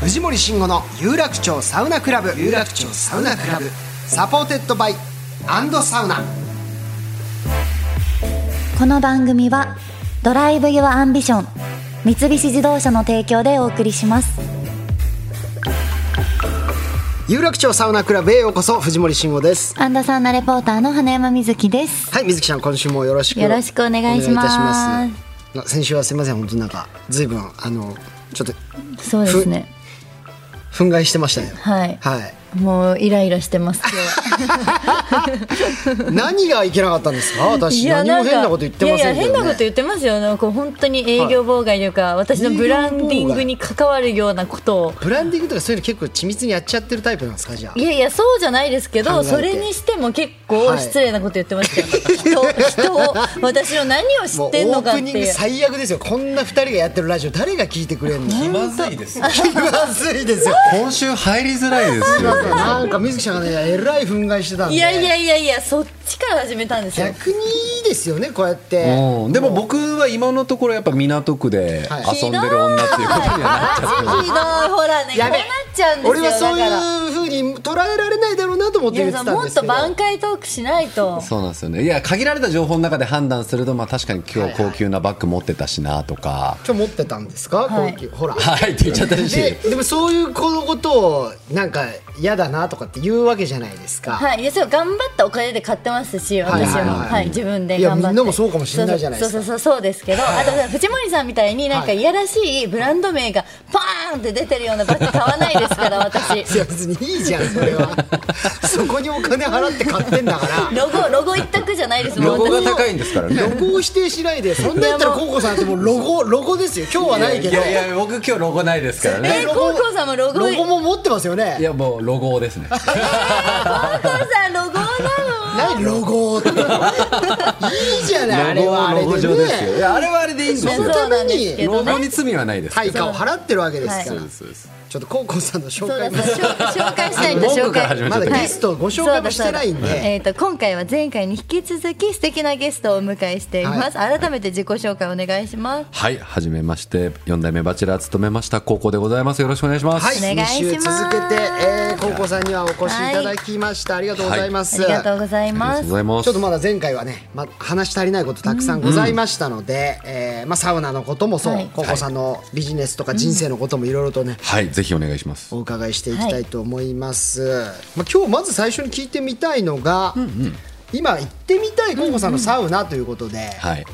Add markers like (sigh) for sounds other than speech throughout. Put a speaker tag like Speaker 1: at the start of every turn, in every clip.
Speaker 1: 藤森慎吾の有楽町サウナクラブ有楽町サウナクラブサポーテッドバイアンドサウナ
Speaker 2: この番組はドライブ・ユア・アンビション三菱自動車の提供でお送りします
Speaker 1: 有楽町サウナクラブへようこそ藤森慎吾です
Speaker 2: 安田サウナレポーターの花山瑞希です
Speaker 1: はい水木ちゃん今週もよろしく
Speaker 2: よろしくお願いします
Speaker 1: お願いいたします先週はすみません本当なんか随分あのちょっと
Speaker 2: そうですね
Speaker 1: 憤慨してましたね
Speaker 2: はい
Speaker 1: はい
Speaker 2: もうイライラしてます今 (laughs)
Speaker 1: 何がいけなかったんですか
Speaker 2: 日
Speaker 1: 私何も変なこと言ってません
Speaker 2: いやい
Speaker 1: け
Speaker 2: や
Speaker 1: ど
Speaker 2: 変
Speaker 1: ね
Speaker 2: なこと言ってますよなんか本当に営業妨害というか、私のブランディングに関わるようなことを
Speaker 1: ブランディングとかそういうの結構緻密にやっちゃってるタイプなんですかじゃあ
Speaker 2: いやいやそうじゃないですけ
Speaker 1: 考え
Speaker 2: ど
Speaker 1: て
Speaker 2: それにしても結構失礼なこと言ってま
Speaker 1: (laughs)
Speaker 2: したよ、人人を私の何を知
Speaker 1: もうオ
Speaker 2: ってんの
Speaker 1: ー
Speaker 2: かって
Speaker 1: プ
Speaker 2: いう
Speaker 1: ニング最悪ですよこんな二人がやってるラジオ誰が聞いてくれんの
Speaker 3: 気まずいですよ。
Speaker 1: 気まずいですよ
Speaker 3: 今週入りづらいですよ。
Speaker 1: なんか水木ちゃんがねえらい憤慨してたんで
Speaker 2: いやいやいやいやそっちから始めたんですよ
Speaker 1: 逆にいいですよねこうやって、
Speaker 3: うん、でも僕は今のところやっぱ港区で
Speaker 1: はい
Speaker 3: 遊んでる女っていうことにはなっちゃ
Speaker 2: ひどいほらねこうな
Speaker 1: や
Speaker 2: っ
Speaker 1: べ
Speaker 2: ちゃうんですよ
Speaker 1: 俺はそう
Speaker 2: だから
Speaker 1: いうふうに捉えられないだろうなと思って言っ
Speaker 2: い
Speaker 1: て
Speaker 2: や
Speaker 1: たん
Speaker 2: も
Speaker 1: で
Speaker 2: っ
Speaker 1: す
Speaker 2: と
Speaker 1: けど
Speaker 2: 挽回トークしないと
Speaker 3: うそうなんですよねいや限られた情報の中で判断すると、まあ、確かに今日高級なバッグ持ってたしなとか
Speaker 1: 今日持ってたんですか、
Speaker 2: はい
Speaker 1: 高級ほら
Speaker 3: はいって言っちゃったし
Speaker 1: ででもそういうこのことをなんか嫌だなとかって言うわけじゃないですか、
Speaker 2: はい、いやそう頑張ったお金で買ってますし
Speaker 1: はい
Speaker 2: 私も、
Speaker 1: はいはい
Speaker 2: はい自分で
Speaker 1: いや
Speaker 2: 頑張って
Speaker 1: みんなもそうかもしれないじゃないですか
Speaker 2: そうそうそうそうですけどあと藤森さんみたいになん
Speaker 1: は
Speaker 2: か
Speaker 1: い
Speaker 2: いやらしいブランド名がパーンって出てるようなバッグ買わないですから私
Speaker 1: (laughs) いや別にいいじゃんそれはそこにお金払って買ってんだから
Speaker 2: ロゴロゴ一択じゃないですも
Speaker 3: ロ
Speaker 2: ん
Speaker 3: ゴが
Speaker 2: 私
Speaker 3: 高いんですからね
Speaker 1: ロゴを否定しないでそんなんやったらコウコさんってもうロゴロゴですよ今日はないけ
Speaker 3: い
Speaker 1: ど
Speaker 3: やいや僕今日ロゴないですから
Speaker 2: えー
Speaker 3: ね
Speaker 2: 高校さんもロゴ
Speaker 1: ロゴも持ってますよね
Speaker 3: いやもうロゴですね
Speaker 2: 高校さんロゴなの
Speaker 1: 何ロゴっていいじゃないあれはあれ
Speaker 3: ロゴ
Speaker 1: で
Speaker 3: 上ですよい
Speaker 1: ね
Speaker 3: やあれはあれでいいんです
Speaker 1: その
Speaker 3: よ
Speaker 1: ため
Speaker 2: そうなんですけ
Speaker 1: に
Speaker 2: ど
Speaker 3: ロゴに罪はないです
Speaker 1: 対
Speaker 3: けど
Speaker 1: 価を払ってるわけですから、
Speaker 3: そうですそうです
Speaker 1: ちょっとコウコさんの紹
Speaker 2: そうだ
Speaker 1: 介も
Speaker 2: そう紹紹介したいと
Speaker 3: 文句
Speaker 2: 紹
Speaker 3: から
Speaker 2: 介
Speaker 3: 始め
Speaker 1: まだ
Speaker 3: はい
Speaker 1: ゲストをご紹介もしてないんで、
Speaker 2: はいえー、と今回は前回に引き続き素敵なゲストをお迎えしています、改めて自己紹介お願いします
Speaker 3: はい、はじめまして、四代目バチェラー務めました、高校でございます。よろしくお願いします。
Speaker 1: はい、
Speaker 2: お願いしま
Speaker 1: 二
Speaker 2: す
Speaker 1: 週続けて、えー、高校さんにはお越しいただきました。ありがとうございます。
Speaker 2: ありがとうござい
Speaker 3: ありが
Speaker 2: ま
Speaker 3: とう
Speaker 2: す
Speaker 3: ございます。
Speaker 1: ちょっとまだ前回はね、ま、話し足りないことたくさんございましたので、えーまあ、サウナのこともそう、
Speaker 2: はい
Speaker 1: 高校さんのビジネスとか人生のこともいろいろとね、
Speaker 3: はい、ぜひお願いします。
Speaker 1: お伺いしていきたいと思います、まあ、今日まず最初に聞いてみたいのが、今行ってみたい高校さんのサウナということで、
Speaker 3: はい、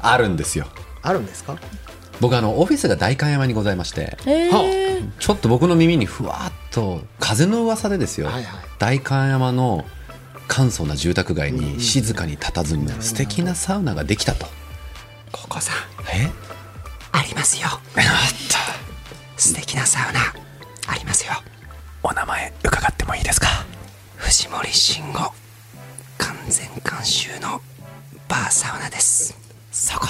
Speaker 3: あるんですよ。
Speaker 1: あるんですか (laughs)
Speaker 3: 僕あのオフィスが代官山にございまして、
Speaker 2: えー
Speaker 3: ちょっと僕の耳にふわっと風の噂でですよ。
Speaker 1: はいはい
Speaker 3: 代官山の簡素な住宅街に静かに佇む素敵なサウナができたと。
Speaker 1: 高校さん
Speaker 3: え、
Speaker 1: ありますよ
Speaker 3: あった。
Speaker 1: 素敵なサウナありますよ
Speaker 3: お名前伺ってもいいですか。
Speaker 1: 藤森慎吾完全監修のバーサウナですそこ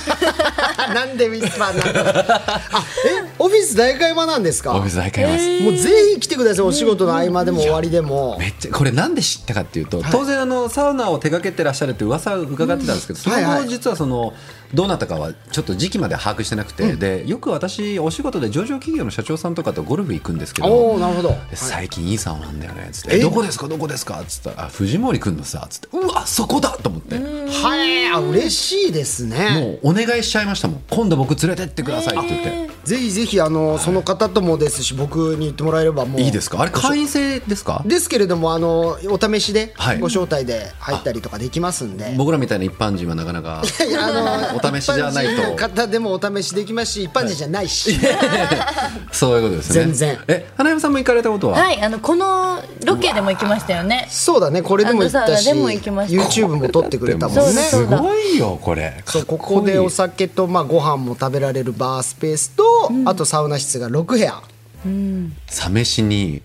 Speaker 1: だなんでミスバーなんだ (laughs) あえオフィス大会場なんですか
Speaker 3: オフィス代官山です。
Speaker 1: もうぜひ来てくださいお仕事の合間でも終わりでも
Speaker 3: めっちゃこれなんで知ったかっていうと、当然あのサウナを手掛けてらっしゃるって噂を伺ってたんですけど、そ
Speaker 1: はい
Speaker 3: の
Speaker 1: は
Speaker 3: 後
Speaker 1: い
Speaker 3: 実はそのどうなったかはちょっと時期まで把握してなくて、でよく私お仕事で上場企業の社長さんとかとゴルフ行くんですけ
Speaker 1: お
Speaker 3: ど
Speaker 1: お。なるほど
Speaker 3: で最近いいサウナなんだよねっつって
Speaker 1: え
Speaker 3: 「どこですかどこですか?」っつったらあ「藤森君のさ」っつって「うわそこだ!」と思っても
Speaker 1: はいあ嬉しいですね
Speaker 3: うお願いしちゃいましたもん「今度僕連れてってください」って言って
Speaker 1: ぜひぜひあのその方ともですし僕に言ってもらえればも
Speaker 3: 「
Speaker 1: う
Speaker 3: いいですかあれ会員制ですか?」
Speaker 1: ですけれどもあのお試しで
Speaker 3: はい
Speaker 1: ご招待で入ったりとかできますんで、
Speaker 3: 僕らみたいな一般人はなかなか
Speaker 1: (laughs) いやあの
Speaker 3: お試しじゃない
Speaker 1: 一般人の
Speaker 3: と
Speaker 1: 方でもお試しできますし一般人じゃないし、
Speaker 3: そういうことですね
Speaker 1: 全然
Speaker 3: え花山さんも行かれたことは、
Speaker 4: はいあのこのロケでも行きましたよね
Speaker 1: そうだねこれでも行ったし
Speaker 4: あのサウナでも行きました
Speaker 1: YouTube も撮ってくれたもんね
Speaker 4: そうだ
Speaker 3: すごいよこれ
Speaker 1: そうこ
Speaker 3: かっ
Speaker 1: こ
Speaker 3: いい
Speaker 1: でお酒と、まあ、ご飯も食べられるバースペースと、あとサウナ室が6部屋
Speaker 3: サ飯に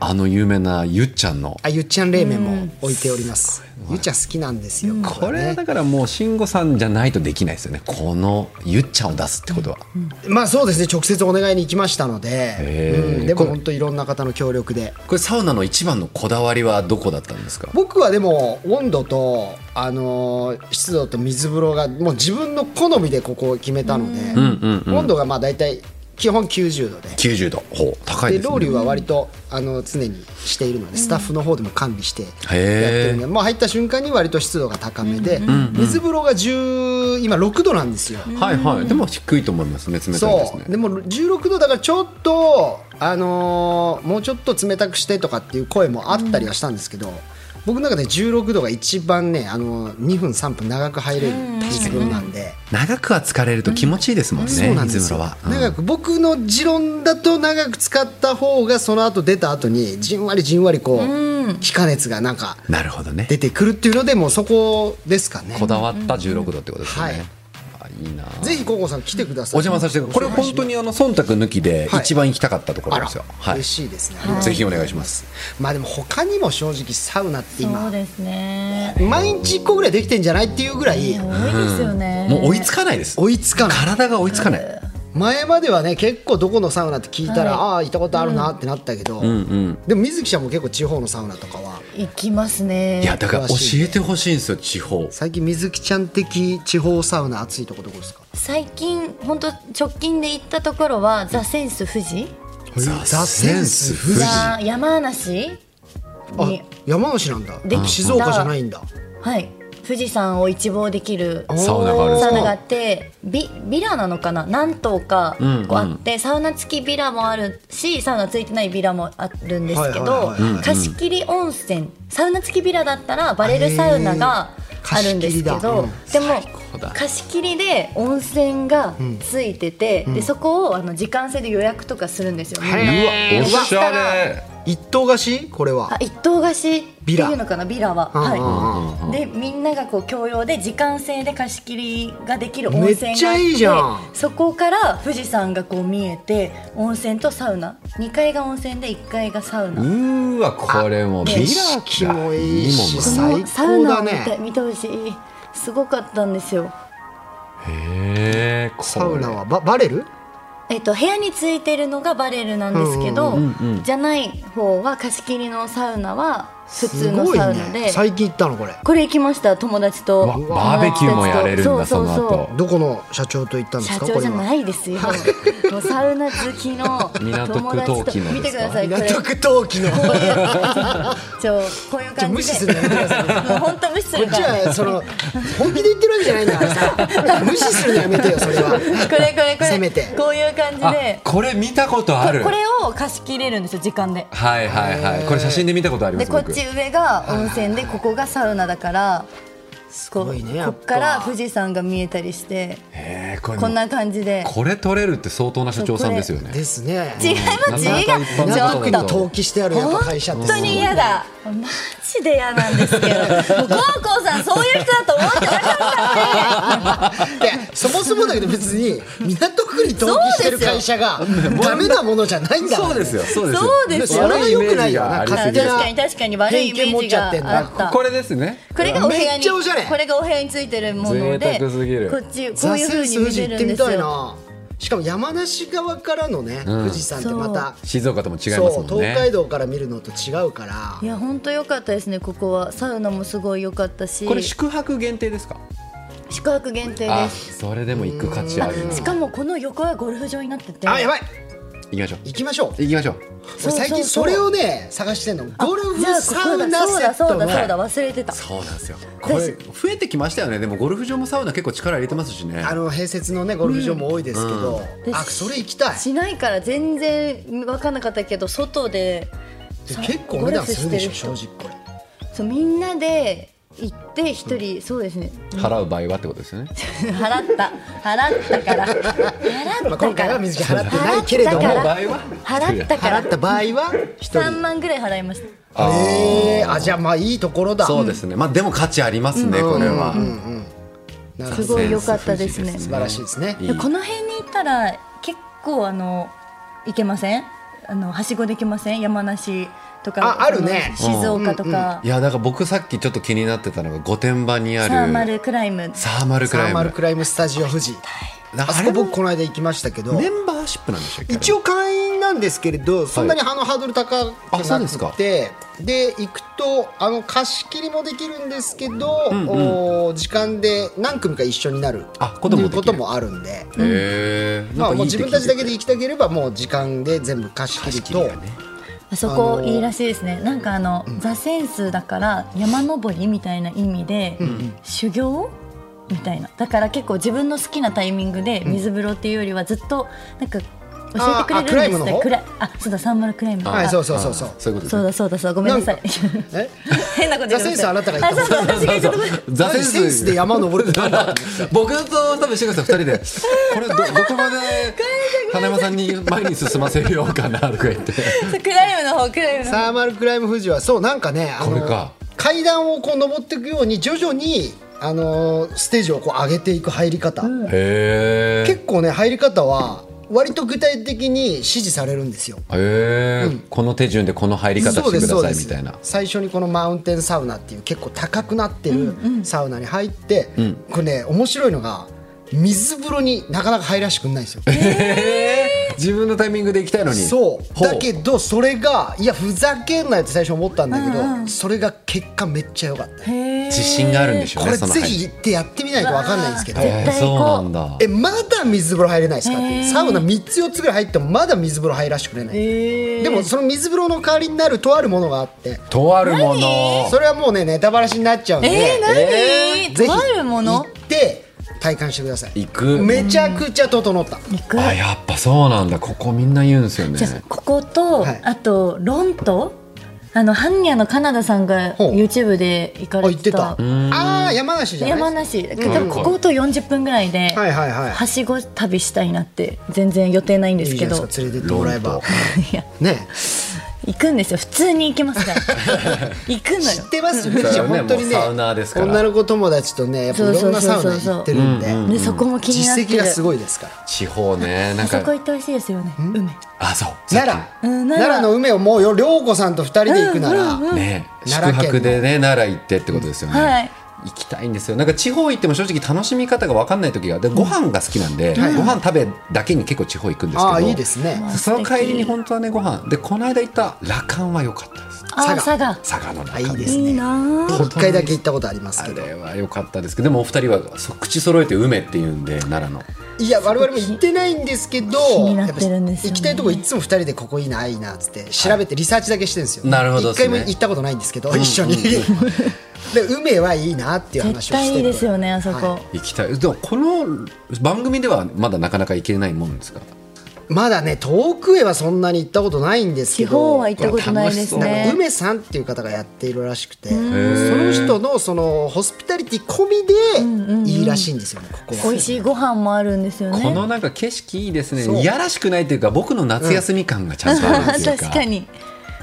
Speaker 3: あの有名なゆっちゃんの
Speaker 1: あゆっちゃん冷麺も置いております、ゆっちゃん好きなんですよ、僕
Speaker 3: こ
Speaker 1: は
Speaker 3: れは
Speaker 1: ね
Speaker 3: だからもう慎吾さんじゃないとできないですよねこのゆっちゃんを出すってことは、
Speaker 1: まあそうですね直接お願いに行きましたので、
Speaker 3: へー
Speaker 1: うんでも本当いろんな方の協力で
Speaker 3: これサウナの一番のこだわりはどこだったんですか
Speaker 1: 僕はでも温度と、あのー湿度と水風呂がもう自分の好みでここを決めたので、
Speaker 3: うんうん
Speaker 1: 温度がまあ大体基本90度で
Speaker 3: 90度ほう高い
Speaker 1: で
Speaker 3: です
Speaker 1: ロウ
Speaker 3: ね
Speaker 1: リュは割とあの常にしているのでスタッフの方でも完備してや
Speaker 3: へー
Speaker 1: ってるので、もう入った瞬間に割と湿度が高めで、水風呂が10今6度なんですよ。
Speaker 3: はいはいでも低いと思いますね冷たいです
Speaker 1: そ
Speaker 3: ね
Speaker 1: うでも16度だからちょっと、あのーもうちょっと冷たくしてとかっていう声もあったりはしたんですけど、僕の中で16度が一番ね、あのー2分3分長く入れる水風呂なんで、
Speaker 3: 長くは疲れると気持ちいいですもんね、
Speaker 1: そうなんで
Speaker 3: 水
Speaker 1: す
Speaker 3: 風
Speaker 1: よ
Speaker 3: 呂は、うん
Speaker 1: 長く僕の持論だと長く使った方がその後出た後にじんわりじんわりこう気化熱がなんか
Speaker 3: なるほどね
Speaker 1: 出てくるっていうのでもうそこですかね
Speaker 3: こだわった16度ってことですよ
Speaker 1: はい
Speaker 3: ね、あい、いなあ
Speaker 1: ぜひ高校さん来てください
Speaker 3: お邪魔させてこれ本当にあの忖度抜きで
Speaker 1: はい
Speaker 3: 一番行きたかったところ
Speaker 1: あ
Speaker 3: で
Speaker 1: ら
Speaker 3: すよ、はい
Speaker 1: 嬉しいですね
Speaker 3: ぜひお願いします
Speaker 1: まあでも他にも正直サウナって
Speaker 4: そう
Speaker 1: 今
Speaker 4: ですね
Speaker 1: 毎日1個ぐらいできてんじゃないっていうぐらい
Speaker 4: 多いですよね、
Speaker 3: もう追いつかないです
Speaker 1: 追いつかない
Speaker 3: 体が追いつかない
Speaker 1: 前まではね結構どこのサウナって聞いたら、ああ行ったことあるなってなったけど、でも水木ちゃんも結構地方のサウナとかは
Speaker 4: 行きますね
Speaker 3: いやだから教
Speaker 1: 詳しいね
Speaker 3: えてほしいんですよ地方
Speaker 1: 最近水木ちゃん的地方サウナ暑いとこどこですか
Speaker 4: 最近本当直近で行ったところはザ・センス富士
Speaker 1: ザセンス富士
Speaker 4: ザ山梨
Speaker 1: あ
Speaker 4: に
Speaker 1: 山梨なんだ
Speaker 4: できた
Speaker 1: 静岡じゃないんだ
Speaker 4: はい富士山を一望できる
Speaker 3: サウナがあるんです
Speaker 4: サウ
Speaker 3: か
Speaker 4: ナがあってビビラなのかな何棟か
Speaker 3: ん
Speaker 4: こうあって、サウナ付きビラもあるしサウナ付いてないビラもあるんですけ
Speaker 1: はい
Speaker 4: ど
Speaker 1: はいはいはい
Speaker 4: 貸し切り温泉サウナ付きビラだったらバレルサウナがあるんですけ
Speaker 1: へー
Speaker 4: ど、で
Speaker 3: 高
Speaker 4: も
Speaker 3: だ
Speaker 4: 貸し切りで温泉がついてて、でそこをあの時間制で予約とかするんですよ、みんな
Speaker 3: うわおしゃれ
Speaker 1: 一棟貸しこれは
Speaker 4: あ一棟貸しっていうのかなビラは、
Speaker 1: うんうん
Speaker 4: はい、でみんながこう共用で時間制で貸し切りができる温
Speaker 1: めっ
Speaker 4: 泉があって
Speaker 1: ちゃいいじゃん
Speaker 4: そこから富士山がこう見えて温泉とサウナ2階が温泉で1階がサウ
Speaker 3: う
Speaker 4: ナ
Speaker 3: ーわこれもう
Speaker 1: 景
Speaker 3: ビ
Speaker 1: 色
Speaker 3: ラ
Speaker 1: もいいし
Speaker 3: もん
Speaker 4: こ
Speaker 1: 最高だね
Speaker 4: のサウナを見て見てほしいすごかったんですよ
Speaker 3: へえ
Speaker 1: サウナはババレル
Speaker 4: えっと、部屋についてるのがバレルなんですけど、じゃない方は貸し切りのサウナは普
Speaker 1: す
Speaker 4: 通の
Speaker 1: ごい
Speaker 4: サウナで、
Speaker 1: ね最近行ったのこれ
Speaker 4: これ行きました友達と
Speaker 3: うわバーベキューもやれるんだその後
Speaker 1: どこの社長と行ったんです
Speaker 4: 社
Speaker 1: かこ
Speaker 4: 長
Speaker 1: れ
Speaker 4: じゃ
Speaker 1: は
Speaker 4: ないですよ。もうサウナ好きの
Speaker 3: 港
Speaker 4: 友
Speaker 3: 区
Speaker 4: 達と
Speaker 3: 陶器のですか
Speaker 4: 見てください。
Speaker 1: (laughs)
Speaker 4: これ
Speaker 1: 港区陶器のこ
Speaker 4: ちょこういう感じで。
Speaker 1: ちょ無視するのやめてくだ
Speaker 4: もう本当無視する
Speaker 1: っ
Speaker 4: か
Speaker 1: ち
Speaker 4: ら。
Speaker 1: はその本気で言ってるわけじゃないんだからさ無視するのやめてよそれは
Speaker 4: これこれこれ。
Speaker 1: せめて
Speaker 4: こういう感じ
Speaker 3: あ
Speaker 4: で。
Speaker 3: これ見たことある
Speaker 4: ここれを貸し切れるんですよ時間で。
Speaker 3: はいはいはいこれ写真で見たことありま
Speaker 4: ですこっ
Speaker 3: 僕
Speaker 4: ち上が温泉でここがサウナだから。す
Speaker 1: ごいねやっぱ
Speaker 4: こっから富士山が見えたりして
Speaker 3: へーこれ
Speaker 4: こんな感じで。
Speaker 3: これ取れるって相当な社長さんですよね
Speaker 1: ですね
Speaker 4: 違います違いが
Speaker 3: なかなか
Speaker 4: ち
Speaker 1: 港区
Speaker 4: ょっ
Speaker 3: 一般
Speaker 4: と
Speaker 3: の
Speaker 1: に陶器してあるやっぱ会社って
Speaker 4: 本
Speaker 1: す
Speaker 4: 当
Speaker 1: ごい
Speaker 4: に嫌だマジで嫌なんですけどもうコウコウさんそういう人だと思ってなかったんで
Speaker 1: いやそもそもだけど別に港区に登記してる会社がダメなものじゃないんだから
Speaker 3: そうですよそうですよ
Speaker 4: そうですよ
Speaker 1: それは良くないよな
Speaker 3: 悪イメ
Speaker 1: 勝
Speaker 3: ージがありすぎ
Speaker 1: 手
Speaker 3: る
Speaker 1: な
Speaker 4: 確かに確かに悪いイメージがあった
Speaker 3: これですね
Speaker 4: これがお部屋
Speaker 1: めっ
Speaker 4: に
Speaker 1: ちゃおしゃれ
Speaker 4: これがお部屋についてるもの
Speaker 3: 贅
Speaker 4: で
Speaker 3: 沢すぎる
Speaker 4: こっちこ
Speaker 1: ザ
Speaker 4: ういう
Speaker 1: セン
Speaker 4: 風
Speaker 1: ス
Speaker 4: に
Speaker 1: 富
Speaker 4: 見
Speaker 1: 士
Speaker 4: れ
Speaker 1: 行っ
Speaker 4: る
Speaker 1: て
Speaker 4: ん
Speaker 1: み
Speaker 4: です
Speaker 1: たい
Speaker 4: よ
Speaker 1: なしかも山梨側からのね、富士山ってまた
Speaker 3: 静岡とも違います
Speaker 1: そう
Speaker 3: もん
Speaker 1: 東
Speaker 3: ね
Speaker 1: 海道から見るのと違うから
Speaker 4: いや本当良かったですねここはサウナもすごい良かったし
Speaker 3: これ宿泊限定ですか
Speaker 4: 宿泊限定
Speaker 3: あ
Speaker 4: です
Speaker 3: それでも行く価値あるな
Speaker 4: しかもこの横はゴルフ場になってて
Speaker 1: あやばい
Speaker 3: 行きましょう
Speaker 1: 行きましょう
Speaker 3: 行きましょう
Speaker 4: そうそうそう
Speaker 1: 俺最近それをね探してんのゴルフサウナセッ
Speaker 4: そう
Speaker 1: ト
Speaker 4: だそうだそう
Speaker 1: の
Speaker 4: だ忘れてた
Speaker 3: そうなんですよこれ増えてきましたよねでもゴルフ場もサウナ結構力入れてますしね
Speaker 1: あの併設のねゴルフ場も多いですけど、
Speaker 4: うん
Speaker 1: あそれ行きたい
Speaker 4: しないから全然分かんなかったけど外で
Speaker 1: 結構お値段するでしょ正直これ
Speaker 4: そうみんなで行って一人、そうですね (laughs)
Speaker 3: 払う場合はってことですよね
Speaker 4: 払った払っ
Speaker 1: (laughs)
Speaker 4: たから払っ
Speaker 1: まあ、
Speaker 4: たから
Speaker 1: 今回は水木払ってないけれども
Speaker 4: 払った
Speaker 3: 場合
Speaker 4: か
Speaker 3: は
Speaker 4: 払ったか
Speaker 1: 払
Speaker 4: ら
Speaker 1: った場合は一
Speaker 4: 3
Speaker 1: 人
Speaker 4: 万ぐらい払いました
Speaker 1: えー、あじゃあまあいいところだ
Speaker 3: そうですねまあでも価値ありますねこれは
Speaker 1: なるほ
Speaker 4: す
Speaker 1: ど
Speaker 4: ごい良かったですね
Speaker 1: 素晴らしいですね
Speaker 3: い
Speaker 4: この辺にいたら結構あの行けませんあのはしごできません山梨とか
Speaker 1: ああるね
Speaker 4: その静岡とか、
Speaker 3: いやだから僕さっきちょっと気になってたのが御殿場にある
Speaker 4: サーマルクライム
Speaker 3: サーマルク
Speaker 1: サ
Speaker 3: ラ
Speaker 1: ー
Speaker 3: イ
Speaker 1: マル
Speaker 3: ム
Speaker 1: クライムスタジオ富士
Speaker 3: あ
Speaker 1: あそ
Speaker 3: れ
Speaker 1: こ
Speaker 3: も
Speaker 1: 僕この間行きましたけど
Speaker 3: メンバーシップなんでしたっけ
Speaker 1: 一応会員なんですけれどそんなにあのハードル高く
Speaker 3: あそうで
Speaker 1: な
Speaker 3: すか
Speaker 1: くて、で行くとあの貸し切りもできるんですけど、お時間で何組か一緒になる
Speaker 3: あこともできる
Speaker 1: っていうこともあるんで。
Speaker 3: へえ
Speaker 1: まあ、もう自分たちだけ
Speaker 3: で
Speaker 1: で行きたければもう時間で全部貸し切ると、
Speaker 4: あそこいいらしいですね、なんかあの、ザ・センスだから山登りみたいな意味で、修行みたいなだから結構自分の好きなタイミングで水風呂っていうよりはずっとなんか教えてくれるんです
Speaker 1: ああクライムの方
Speaker 4: クライあそうだサーマルクライム
Speaker 1: はい、
Speaker 4: あ
Speaker 1: そうそうそうそう
Speaker 3: そういうことです
Speaker 4: そう
Speaker 3: ね
Speaker 4: だそうだそうだごめんなさい
Speaker 1: え
Speaker 4: (laughs) 変なこと言
Speaker 1: ザセンスあなたが言
Speaker 4: あ
Speaker 1: った
Speaker 4: そうそう私が言ったこと
Speaker 3: ザ
Speaker 1: 何センスで山登るってなんだ
Speaker 3: (laughs) 僕と多分志賀さん二人で
Speaker 1: (laughs)
Speaker 3: これどどこまで花山さんに前に進ませようかなとか言
Speaker 1: (laughs)
Speaker 3: って
Speaker 4: そうクライムの方クライムの方
Speaker 1: サーマルクライム富士はそうなんかねあの
Speaker 3: これか
Speaker 1: 階段をこう登っていくように徐々にあのステージをこう上げていく入り方、
Speaker 3: へえ
Speaker 1: 結構ね入り方は割と具体的に指示されるんですよ
Speaker 3: へえこの手順でこの入り方してくださいみたいな
Speaker 1: 最初にこのマウンテンサウナっていう結構高くなってるサウナに入って、これね面白いのが水風呂になかなか入らせてくんないんですよ
Speaker 3: 自分のタイミングで行きたいのに
Speaker 1: そう
Speaker 3: ほ
Speaker 1: だけどそれがいやふざけんなよって最初思ったんだけど、それが結果めっちゃ良かったね
Speaker 3: 自信があるんでしょう
Speaker 1: こ
Speaker 3: ね
Speaker 1: れ
Speaker 3: その
Speaker 1: ぜ
Speaker 3: 入り
Speaker 1: ひ行ってやってみないと分かんないんですけど
Speaker 4: うわー絶対行こう
Speaker 3: そうなんだ
Speaker 1: えまだ水風呂入れないですかってサウナ3つ4つぐらい入ってもまだ水風呂入らせてくれないでもその水風呂の代わりになるとあるものがあって
Speaker 3: とあるもの
Speaker 1: それはもうねネタバラシになっちゃうんで、
Speaker 4: えー、何、
Speaker 1: ぜひ
Speaker 4: とあるも
Speaker 1: 行
Speaker 4: の
Speaker 1: って体感してください
Speaker 3: 行く
Speaker 1: めちゃくちゃ整った
Speaker 4: 行く
Speaker 3: あやっぱそうなんだここみんな言うんですよね
Speaker 4: じゃあここと、
Speaker 1: はい
Speaker 4: あとロンとあのハンニャのカナダさんが
Speaker 1: ほう
Speaker 4: YouTube で行か
Speaker 1: あ
Speaker 4: れ
Speaker 1: 行っててた
Speaker 4: た
Speaker 1: ああー山梨じゃない
Speaker 4: 山梨だけどここと40分ぐらいで、
Speaker 1: は
Speaker 4: はい
Speaker 1: はいはい
Speaker 4: しご旅したいなって全然予定ないんで
Speaker 1: い
Speaker 4: す
Speaker 1: いじ
Speaker 4: け
Speaker 1: ゃな
Speaker 4: ど
Speaker 1: いですか連れてってもらえば
Speaker 4: いや
Speaker 1: ね
Speaker 4: 行くんですよ普通に行きますから
Speaker 1: (laughs)
Speaker 4: 行くの
Speaker 1: 知
Speaker 4: よ
Speaker 1: ってますよね
Speaker 3: そうだよね
Speaker 1: 本当にね
Speaker 3: もうサウナーですから
Speaker 1: 女の子友達とねやっぱいろんなサウナ行ってるんで
Speaker 4: でそこも気になって
Speaker 1: 実績
Speaker 4: る
Speaker 1: がすごいですから
Speaker 3: 地方ねなん
Speaker 4: あそこ
Speaker 3: か
Speaker 4: 行ってほしいですよね梅
Speaker 3: あそう
Speaker 1: 奈良
Speaker 4: うん
Speaker 1: 奈
Speaker 4: 奈良
Speaker 1: 良の梅をもうよ涼子さんと二人で行くなら
Speaker 3: ね宿
Speaker 1: 奈良県の
Speaker 3: 泊でね奈良行ってってことですよね、
Speaker 4: はい
Speaker 3: 行きたいんですよなんか地方行っても正直楽しみ方が分かんない時がでご飯が好きなんで、ご飯食べだけに結構地方行くんですけど
Speaker 1: ああーいいですね
Speaker 3: その帰りに本当はねご飯でこの間行った羅漢は良かったです
Speaker 4: あ
Speaker 1: 佐賀
Speaker 4: 佐賀
Speaker 3: 佐賀の羅
Speaker 1: あ
Speaker 3: 漢
Speaker 1: いいで
Speaker 4: い
Speaker 1: す
Speaker 4: い
Speaker 1: ね
Speaker 4: なあ
Speaker 1: 一回だけ行ったことあります
Speaker 3: あ
Speaker 1: けど
Speaker 3: れは良かったですけどでもお二人はそ口揃えて梅って言うんで奈良の
Speaker 1: いや我々も行ってないんですけど
Speaker 4: 気になってるんですよね
Speaker 1: やっぱ行きたいとこいつも2人でここいいなああいいなっつって調べてリサーチだけしてるんですよ、
Speaker 3: なるほどっ
Speaker 1: 一
Speaker 3: すね
Speaker 1: 回も行ったことないんですけど、一緒に、 (laughs) で梅はいいなっていう話をし
Speaker 4: 絶
Speaker 1: てる
Speaker 4: 対いいですよねあそこ、
Speaker 1: は
Speaker 3: 行きたいでもこの番組ではまだなかなか行けないもんですか
Speaker 1: まだね遠くへはそんなに行ったことないんですけ
Speaker 4: 地
Speaker 1: ど
Speaker 4: 方は行ったことないです
Speaker 3: 楽し
Speaker 4: ね
Speaker 1: 梅さんっていう方がやっているらしくてその人のそのホスピタリティ込みでいいらしいんですよねここは。
Speaker 4: 美味しいご飯もあるんですよね
Speaker 3: このなんか景色いいです
Speaker 1: そう
Speaker 3: ねいやらしくないというか僕の夏休み感がちゃんとあるってい
Speaker 1: (laughs)
Speaker 3: うか、
Speaker 4: 確かに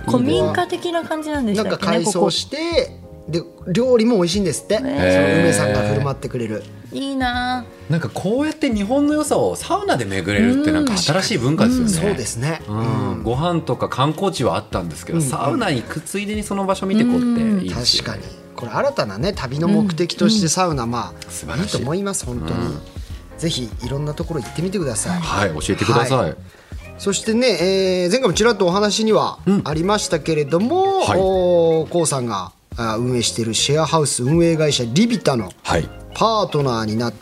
Speaker 4: 古民家的な感じなんでし
Speaker 1: な
Speaker 4: た
Speaker 1: ん
Speaker 4: っけ
Speaker 1: か
Speaker 4: ね
Speaker 1: 改
Speaker 4: ここ
Speaker 1: 装してで料理も美味しいんですって、その梅さんが振る舞ってくれる。
Speaker 4: いいな
Speaker 3: なんかこうやって日本の良さをサウナで巡れるってなんか新しい文化ですよね。
Speaker 1: そうですね、
Speaker 3: うん。ご飯とか観光地はあったんですけど、サウナ行くついでにその場所見てこうっていいです
Speaker 1: 確
Speaker 3: よ
Speaker 1: かにこれ新たなね旅の目的としてサウナ、まあ
Speaker 3: 素晴らしい
Speaker 1: いいと思います本当に、ぜひいろんなところ行ってみてください、
Speaker 3: はい、教えてください。
Speaker 1: そしてね、えー前回もちらっとお話にはありましたけれども、
Speaker 3: はい
Speaker 1: おーこうさんがあー運営しているシェアハウス運営会社リビタの
Speaker 3: はい。
Speaker 1: パートナーになっ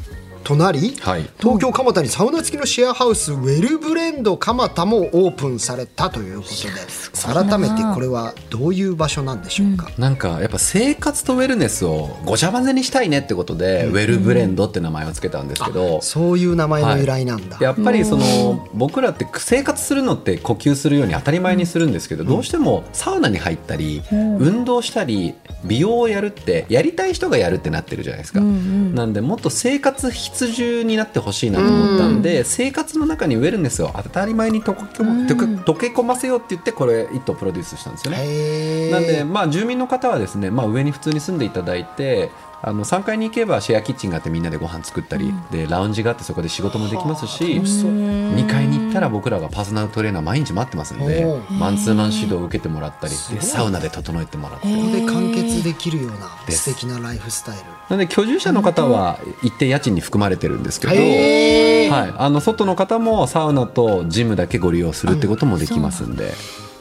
Speaker 1: 隣、
Speaker 3: はい
Speaker 1: 東京蒲田にサウナ付きのシェアハウスウェルブレンド蒲田もオープンされたということで改めてこれはどういう場所なんでしょうか、
Speaker 3: なんかやっぱ生活とウェルネスをごちゃ混ぜにしたいねってことで、ウェルブレンドって名前をつけたんですけど、
Speaker 1: そういう名前の由来なんだ、
Speaker 3: やっぱりその僕らって生活するのって呼吸するように当たり前にするんですけど、どうしてもサウナに入ったり、運動したり美容をやるってやりたい人がやるってなってるじゃないですか、なんでもっと生活必需になってほしいなと思ったんで、生活の中にウェルネスを当たり前に溶け込む溶け込ませようって言ってこれ一頭プロデュースしたんですよね。
Speaker 1: へー
Speaker 3: なんで、まあ、住民の方はですね、まあ、上に普通に住んでいただいてあの3階に行けばシェアキッチンがあってみんなでご飯作ったり、でラウンジがあってそこで仕事もできますし2階に行ったら僕らがパーソナルトレーナー毎日待ってますんで
Speaker 1: お
Speaker 3: マンツーマン指導を受けてもらったり
Speaker 1: すご
Speaker 3: で
Speaker 1: い
Speaker 3: サウナで整えてもらって。
Speaker 1: ここで完結できるような
Speaker 3: です
Speaker 1: 素敵なライフスタイル
Speaker 3: なので居住者の方は一定家賃に含まれてるんですけど、
Speaker 1: へー
Speaker 3: はい、あの外の方もサウナとジムだけご利用するってこともできますんで、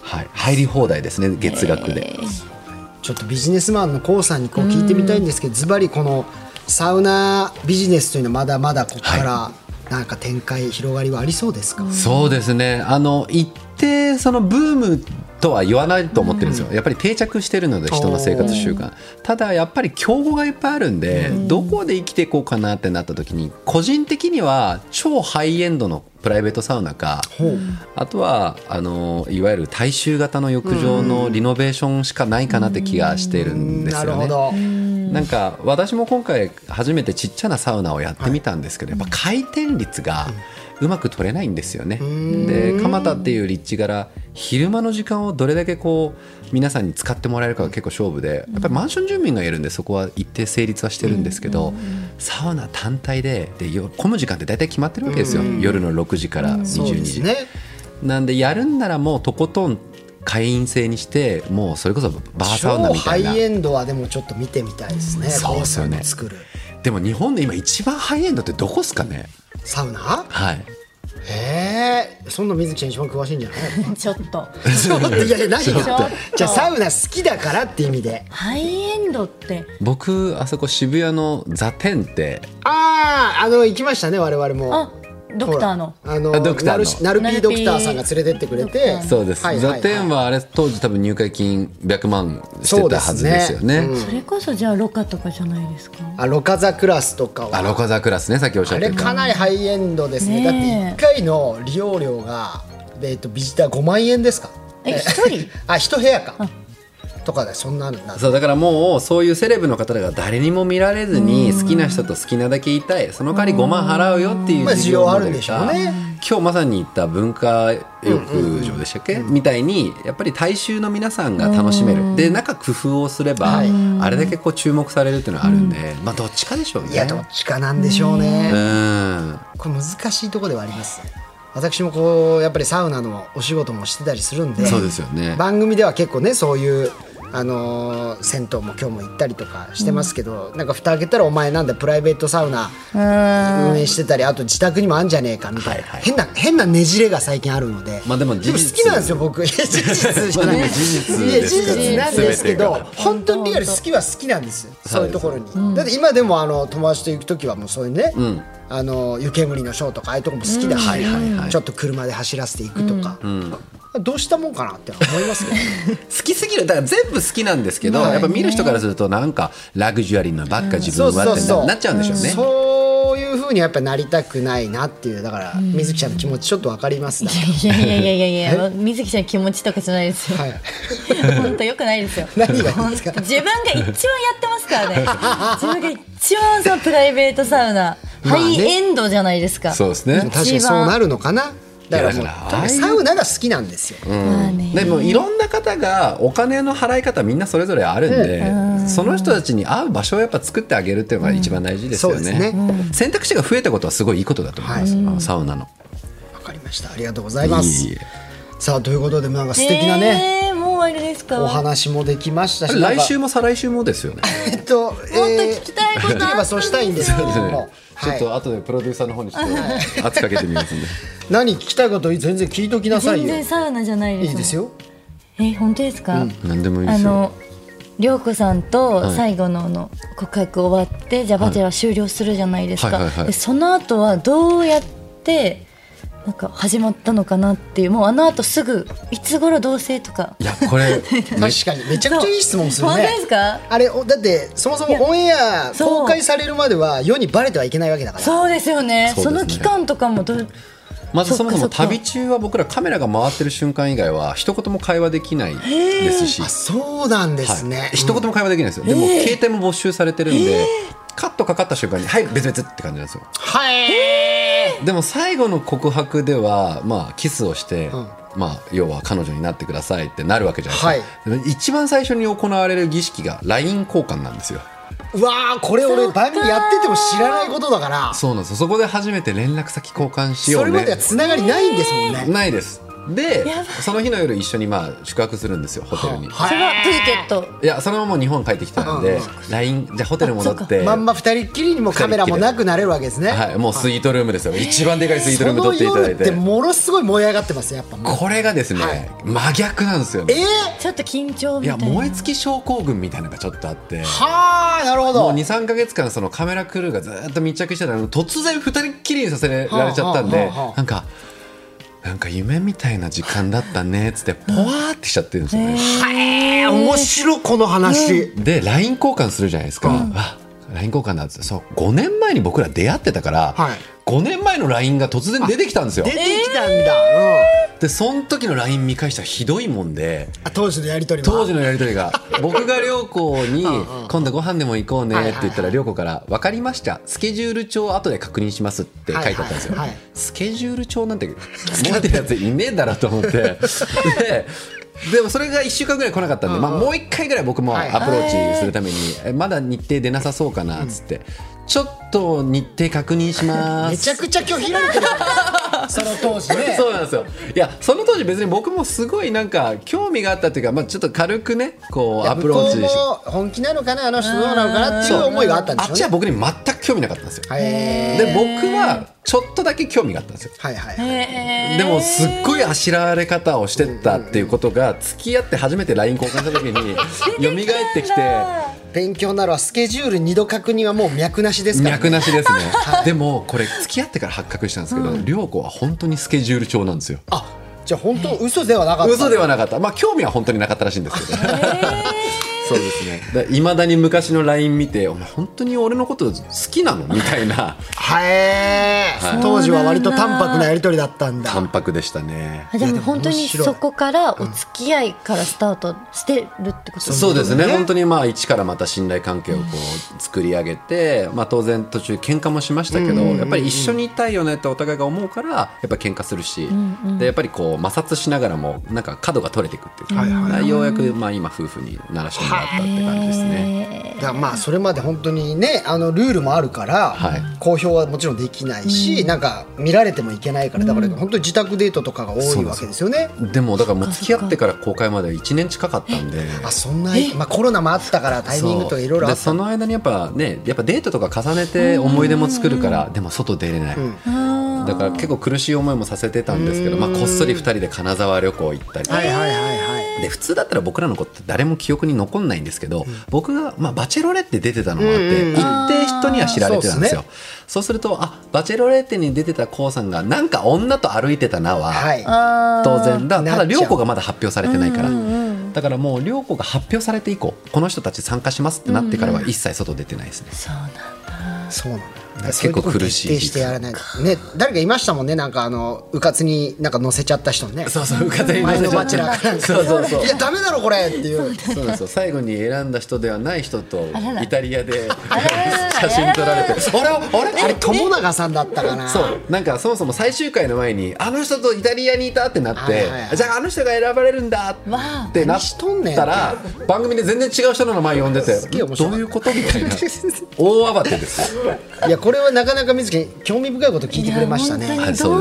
Speaker 3: はい、入り放題ですね月額で。
Speaker 1: ちょっとビジネスマンのコウさんにこう聞いてみたいんですけどズバリこのサウナビジネスというのはまだまだここからなんか展開広がりはありそうですか、
Speaker 3: そうですねあの一定そのブームとは言わないと思ってるんですよ、やっぱり定着してるので人の生活習慣ただやっぱり競合がいっぱいあるんで、どこで生きていこうかなってなった時に個人的には超ハイエンドのプライベートサウナか、あとはあのいわゆる大衆型の浴場のリノベーションしかないかなって気がしてるんです
Speaker 1: な
Speaker 3: よね。
Speaker 1: るほど、
Speaker 3: なんか私も今回初めてちっちゃなサウナをやってみたんですけど、やっぱ回転率がうまく取れないんですよね。で蒲田っていう立地柄昼間の時間をどれだけこう皆さんに使ってもらえるかが結構勝負でやっぱりマンション住民がいるんでそこは一定成立はしてるんですけど、サウナ単体ででよ混む時間って大体決まってるわけですよ、夜の6時から
Speaker 1: そう
Speaker 3: 22
Speaker 1: です
Speaker 3: 時。
Speaker 1: ね
Speaker 3: なんでやるんならもうとことん会員制にしてもうそれこそバーサウナ
Speaker 1: 超
Speaker 3: みた
Speaker 1: ハ
Speaker 3: いな
Speaker 1: イエンドはでもちょっと見てみたいですね
Speaker 3: そうですよね
Speaker 1: コウさんの作る
Speaker 3: でも日本で今一番ハイエンドってどこっすかね
Speaker 1: サウナ
Speaker 3: はい
Speaker 1: へえそんな水木ちゃん一番詳しいん
Speaker 3: (laughs)
Speaker 1: じゃない
Speaker 4: ちょっと
Speaker 1: ちょっといやいや何
Speaker 4: ちょっ
Speaker 1: が
Speaker 4: と
Speaker 1: じゃあサウナ好きだからって意味で
Speaker 4: ハイエンドって
Speaker 3: 僕あそこ渋谷のザ・テンって
Speaker 1: あああの行きましたね我々も
Speaker 4: あドクターの
Speaker 1: ほらあの
Speaker 3: あドクターの
Speaker 1: ナルシナルピードクターさんが連れてってくれ
Speaker 4: ナルピー
Speaker 1: て
Speaker 4: ドクター
Speaker 3: そうです、
Speaker 1: はいはいはい
Speaker 3: ザ・テンはあれ当時多分入会金100万してたはずですよね
Speaker 1: そうですね
Speaker 4: それこそじゃあロカとかじゃないですか
Speaker 1: あロカザクラスとかは
Speaker 3: あロカザクラスねさっきおっしゃ
Speaker 1: あ
Speaker 3: って
Speaker 1: れ
Speaker 3: た
Speaker 1: かなりハイエンドですね
Speaker 4: ねえ
Speaker 1: だって1回の利用料が、えっとビジター5万円ですか
Speaker 4: え
Speaker 1: (laughs)
Speaker 4: 一人
Speaker 1: あ1部屋かとかでそんなのなんだ
Speaker 3: そうだからもうそういうセレブの方が誰にも見られずに好きな人と好きなだけいたいその代わり5万払うよっていう
Speaker 1: まあ
Speaker 3: 事業モ
Speaker 1: 需要ある
Speaker 3: デル
Speaker 1: んでしょうね
Speaker 3: 今日まさに行った文化浴場でしたっけ、みたいにやっぱり大衆の皆さんが楽しめるで中工夫をすれば、
Speaker 1: はい
Speaker 3: あれだけこう注目されるっていうのはあるんで、まあどっちかでしょうね
Speaker 1: いやどっちかなんでしょうね
Speaker 3: うん
Speaker 1: これ難しいところではあります私もこうやっぱりサウナのお仕事もしてたりするんで
Speaker 3: そうですよね
Speaker 1: 番組では結構ねそういう、あのー銭湯も今日も行ったりとかしてますけど、なんか蓋開けたらお前なんだプライベートサウナ運営してたりあと自宅にもあんじゃねえかみたいな、
Speaker 3: はいはい
Speaker 1: 変な変なねじれが最近あるので、
Speaker 3: まあでも事実
Speaker 1: 好きなんですよ僕
Speaker 3: (laughs)
Speaker 1: いや事実じゃない
Speaker 3: まあでも事実
Speaker 1: いや
Speaker 3: です
Speaker 1: 事
Speaker 3: から
Speaker 1: 実なんですけど
Speaker 3: 全てが
Speaker 1: 本当にリアル好きは好きなんですそういうところに、だって今でもあの友達と行く時はもうそういうね、
Speaker 3: ん
Speaker 1: あの湯煙のショーとかああいうとこも好きだし、ちょっと車で走らせていくとか、どうしたもんかなって思いますけどね、
Speaker 3: 好きすぎるだから全部好きなんですけど、やっぱ見る人からするとなんかラグジュアリーなばっ (laughs) か自分はってななっちゃうんでしょうね。
Speaker 1: そういうふうにやっぱなりたくないなっていうだから水木ちゃんの気持ちちょっとわかりますね、
Speaker 4: いやいやいやいやいやいや水木ちゃんの気持ちとかじゃない
Speaker 1: (laughs)
Speaker 4: ですよ
Speaker 1: はい、
Speaker 4: 本当良くないですよ
Speaker 1: 何がいいんですか
Speaker 4: 自分が一番やってま
Speaker 1: (laughs)
Speaker 4: すからね自分が一番そのプライベートサウナ、
Speaker 1: まあね
Speaker 4: ハイエンドじゃないですか
Speaker 3: そうですね
Speaker 1: 確かにそうなるのかなだからもう
Speaker 3: いやだから
Speaker 1: とにかくサウナが好きなんですよ、
Speaker 4: まあね
Speaker 3: でもいろんな方がお金の払い方みんなそれぞれあるんで、その人たちに合う場所をやっぱ作ってあげるっていうのが一番大事ですよ
Speaker 1: うんそ
Speaker 3: ね,、
Speaker 1: うです
Speaker 3: 選択肢が増えたことはすごいいいことだと思います、あのサウナの。
Speaker 1: わかりましたありがとうございます
Speaker 3: いえいえ
Speaker 1: さあということでなんか素敵なね、
Speaker 4: えーもう終わりですか
Speaker 1: お話もできましたし
Speaker 3: 来週
Speaker 1: も
Speaker 3: も再来週もですよね。
Speaker 1: えっと、え
Speaker 4: もっと聞きたいことあったんですよ
Speaker 1: できればそうしたいんですけども、
Speaker 3: ちょっ
Speaker 1: はい
Speaker 3: と後でプロデューサーの方にちょっと圧かけてみま
Speaker 4: (laughs)
Speaker 3: すんで。
Speaker 1: 何聞きたいこと全然聞いときなさい
Speaker 4: 全
Speaker 1: よ
Speaker 4: 然サウナじゃないです
Speaker 1: いいですよ
Speaker 4: え本当ですか、
Speaker 3: 何でもいいで
Speaker 4: あ
Speaker 3: すよ
Speaker 4: の涼子さんと
Speaker 3: い
Speaker 4: 最後のあの告白終わって、じゃあ「バチェラー」終了するじゃないですか、
Speaker 3: はいはいはい
Speaker 4: でその後はどうやってなんか始まったのかなっていうもうあのあとすぐいつ頃同棲とか
Speaker 3: いや
Speaker 4: (laughs)
Speaker 3: これめっ
Speaker 1: 確かにめちゃくちゃいい質問する
Speaker 4: 本当です
Speaker 1: ね
Speaker 4: か
Speaker 1: あれおだってそもそもオンエア
Speaker 4: そう
Speaker 1: 公開されるまでは世にバレてはいけないわけだから
Speaker 4: そうですよね
Speaker 3: そうですね
Speaker 4: その期間とかもどう
Speaker 3: まず
Speaker 4: そ
Speaker 3: そ
Speaker 4: っ
Speaker 3: も
Speaker 4: か
Speaker 3: そ
Speaker 4: そっ
Speaker 3: も
Speaker 4: か
Speaker 3: 旅中は僕らカメラが回ってる瞬間以外は一言も会話できないですし、
Speaker 1: あそうなんですね、
Speaker 3: はい、一言も会話できないんですよ、でも携帯も没収されてるんで、カットかかった瞬間に「はい別々」って感じなんですよ
Speaker 1: はい
Speaker 3: でも最後の告白では、まあ、キスをして、
Speaker 1: ん
Speaker 3: まあ、要は彼女になってくださいってなるわけじゃないですか、一番最初に行われる儀式が LINE 交換なんですよ
Speaker 1: うわーこれ俺番組やってても知らないことだから
Speaker 3: そうなんですよそこで初めて連絡先交換しよ
Speaker 1: そうれ
Speaker 3: ね
Speaker 1: まではつながりないんですもんね、
Speaker 3: ないですでその日の夜一緒にまあ宿泊するんですよホテルに、
Speaker 4: それはプリケット
Speaker 3: いやそのまま日本帰ってきたんで LINE じゃあホテル戻って
Speaker 1: まんま二人っきりにもカメラもなくなれるわけですね、
Speaker 3: はい、もうスイートルームですよ、一番でかいスイートル
Speaker 1: そ
Speaker 3: ーム
Speaker 1: の
Speaker 3: 取っていただ
Speaker 1: 夜
Speaker 3: い
Speaker 1: っててものすごい燃え上がってますよやっぱもう
Speaker 3: これがですね、
Speaker 1: はい
Speaker 3: 真逆なんですよ
Speaker 1: え
Speaker 3: ね
Speaker 1: ー、
Speaker 4: ちょっと緊張
Speaker 3: い
Speaker 4: みた
Speaker 3: や
Speaker 4: いな
Speaker 3: 燃え尽き症候群みたいなのがちょっとあって
Speaker 1: はあなるほ
Speaker 3: もう
Speaker 1: ど
Speaker 3: 23か月間そのカメラクルーがずっと密着してたのに突然二人っきりにさせられちゃったん
Speaker 1: はあ
Speaker 3: で
Speaker 1: はあはあ
Speaker 3: なんかなんか夢みたいな時間だったねっつってポワーってしちゃってるんですよね。
Speaker 1: えー面白いこの話、
Speaker 3: で LINE 交換するじゃないですか、あ LINE 交換だっつってそう5年前に僕ら出会ってたから、
Speaker 1: はい
Speaker 3: 5年前の LINE が突然出てきたんですよ
Speaker 1: 出てきたんだ、うん
Speaker 3: でその時の LINE 見返したらひどいもんで
Speaker 1: あ当時のやり取りも
Speaker 3: 当時のやり取り (laughs) が僕が涼子に「今度ご飯でも行こうね」って言ったら涼子から「分かりましたスケジュール帳後で確認します」って書いてあったんですよ
Speaker 1: はいはいはい
Speaker 3: スケジュール帳なんて持ってるやついねえだろと思って (laughs) ででもそれが1週間ぐらい来なかったんで、まあ、もう1回ぐらい僕も
Speaker 1: はい
Speaker 3: アプローチするために「えまだ日程出なさそうかな」っつって、ちょっと日程確認します」
Speaker 1: めちゃくちゃ拒否られてる
Speaker 3: (laughs)
Speaker 1: その当時ね
Speaker 3: そうなんですよいやその当時別に僕もすごいなんか興味があったっていうか、まあ、ちょっと軽くねこうアプローチ
Speaker 1: 向
Speaker 3: し
Speaker 1: こうも本気なのかなあの人どうなのかなっていう思いがあったんで
Speaker 3: あ
Speaker 1: しょ
Speaker 3: っ
Speaker 1: う
Speaker 3: ち
Speaker 1: ね
Speaker 3: は僕に全く興味なかったんですよ
Speaker 1: はい
Speaker 3: で僕はちょっとだけ興味があったんですよ
Speaker 1: はいはい
Speaker 3: でもすっごいあしらわれ方をしてったっていうことが付き合って初めて LINE 交換した時に
Speaker 1: (laughs)
Speaker 3: 蘇ってきて
Speaker 1: 勉強ならスケジュール二度確認はもう脈なしですから、
Speaker 3: 脈な
Speaker 1: (laughs)
Speaker 3: しですねでもこれ付き合ってから発覚したんですけど涼子は本当にスケジュール帳なんですよ
Speaker 1: あじゃあ本当嘘ではなかった
Speaker 3: 嘘ではなかったまあ興味は本当になかったらしいんですけどそうですねいまだに昔の LINE 見て「お前本当に俺のこと好きなの?」みたい (laughs) な
Speaker 1: へー当時は割と淡白なやり取りだったんだ
Speaker 3: 淡白でしたね
Speaker 4: あでも本当
Speaker 1: いやでも面
Speaker 4: に
Speaker 1: 白い
Speaker 4: そこからお付き合いからスタートしてるってこと
Speaker 3: そうですね
Speaker 1: ね
Speaker 3: 本当にまあ一からまた信頼関係をこう作り上げて、まあ、当然途中喧嘩もしましたけど、やっぱり一緒にいたいよねってお互いが思うからやっぱ喧嘩するし、でやっぱりこう摩擦しながらもなんか角が取れていくっていうか、ようやくまあ今夫婦にならしてもらったって感じですね。
Speaker 1: だからまあそれまで本当にねあのルールもあるから、
Speaker 3: はい
Speaker 1: 公表はもちろんできないし、なんか見られてもいけないからだから本当に自宅デートとかが多いわけですよね。
Speaker 3: でもだからもう付き合ってから公開まで1年近かったんで。
Speaker 1: あそんな、まあ、コロナもあったからタイミングとかいろいろあ
Speaker 3: で
Speaker 1: ったそ
Speaker 3: その間にやっぱねやっぱデートとか重ねて思い出も作るからでも外出れない、だから結構苦しい思いもさせてたんですけど、まあ、こっそり2人で金沢旅行行ったりとか
Speaker 1: はいはいはいはい。
Speaker 3: で普通だったら僕らのことって誰も記憶に残んないんですけど、僕が、まあ、バチェロレッテ出てたのもあって、一定人には知られてたんですよ
Speaker 1: そうっ
Speaker 3: そうするとあバチェロレッテに出てた k さんがなんか女と歩いてたなは、
Speaker 1: はい、
Speaker 3: 当然だた
Speaker 1: な
Speaker 3: だ
Speaker 1: っちゃう
Speaker 3: 涼子がまだ発表されてないから、だからもう涼子が発表されて以降この人たち参加しますってなってからは一切外出てないですね、
Speaker 1: そうなんだ
Speaker 3: 結構苦しい
Speaker 1: そううとこ徹底してやらないね誰かいましたもんねなんかあのうかつになんか乗せちゃった人ね
Speaker 3: そうそう風に
Speaker 1: 前のバチェラーかなんか
Speaker 3: そうそうそう
Speaker 1: いやダメだろこれっていう
Speaker 3: そうなんですよ最後に選んだ人ではない人と
Speaker 4: らら
Speaker 3: イタリアで
Speaker 4: ら
Speaker 3: 写真撮られてあれあれ
Speaker 1: あれ友永さんだったかな
Speaker 3: そうなんかそもそも最終回の前にあの人とイタリアにいたってなって、
Speaker 1: はいはいはい
Speaker 3: じゃああの人が選ばれるんだ
Speaker 4: わあ
Speaker 3: ってなっ
Speaker 1: 何しとんねん
Speaker 3: たら番組で全然違う人の名前呼んでて
Speaker 1: げえ面白
Speaker 3: ど
Speaker 1: いう
Speaker 3: いうことみたいな大慌てですよ
Speaker 1: いやこれはなかなか水木興味深いこと聞いてくれました
Speaker 4: いや
Speaker 1: ね
Speaker 4: 本当にど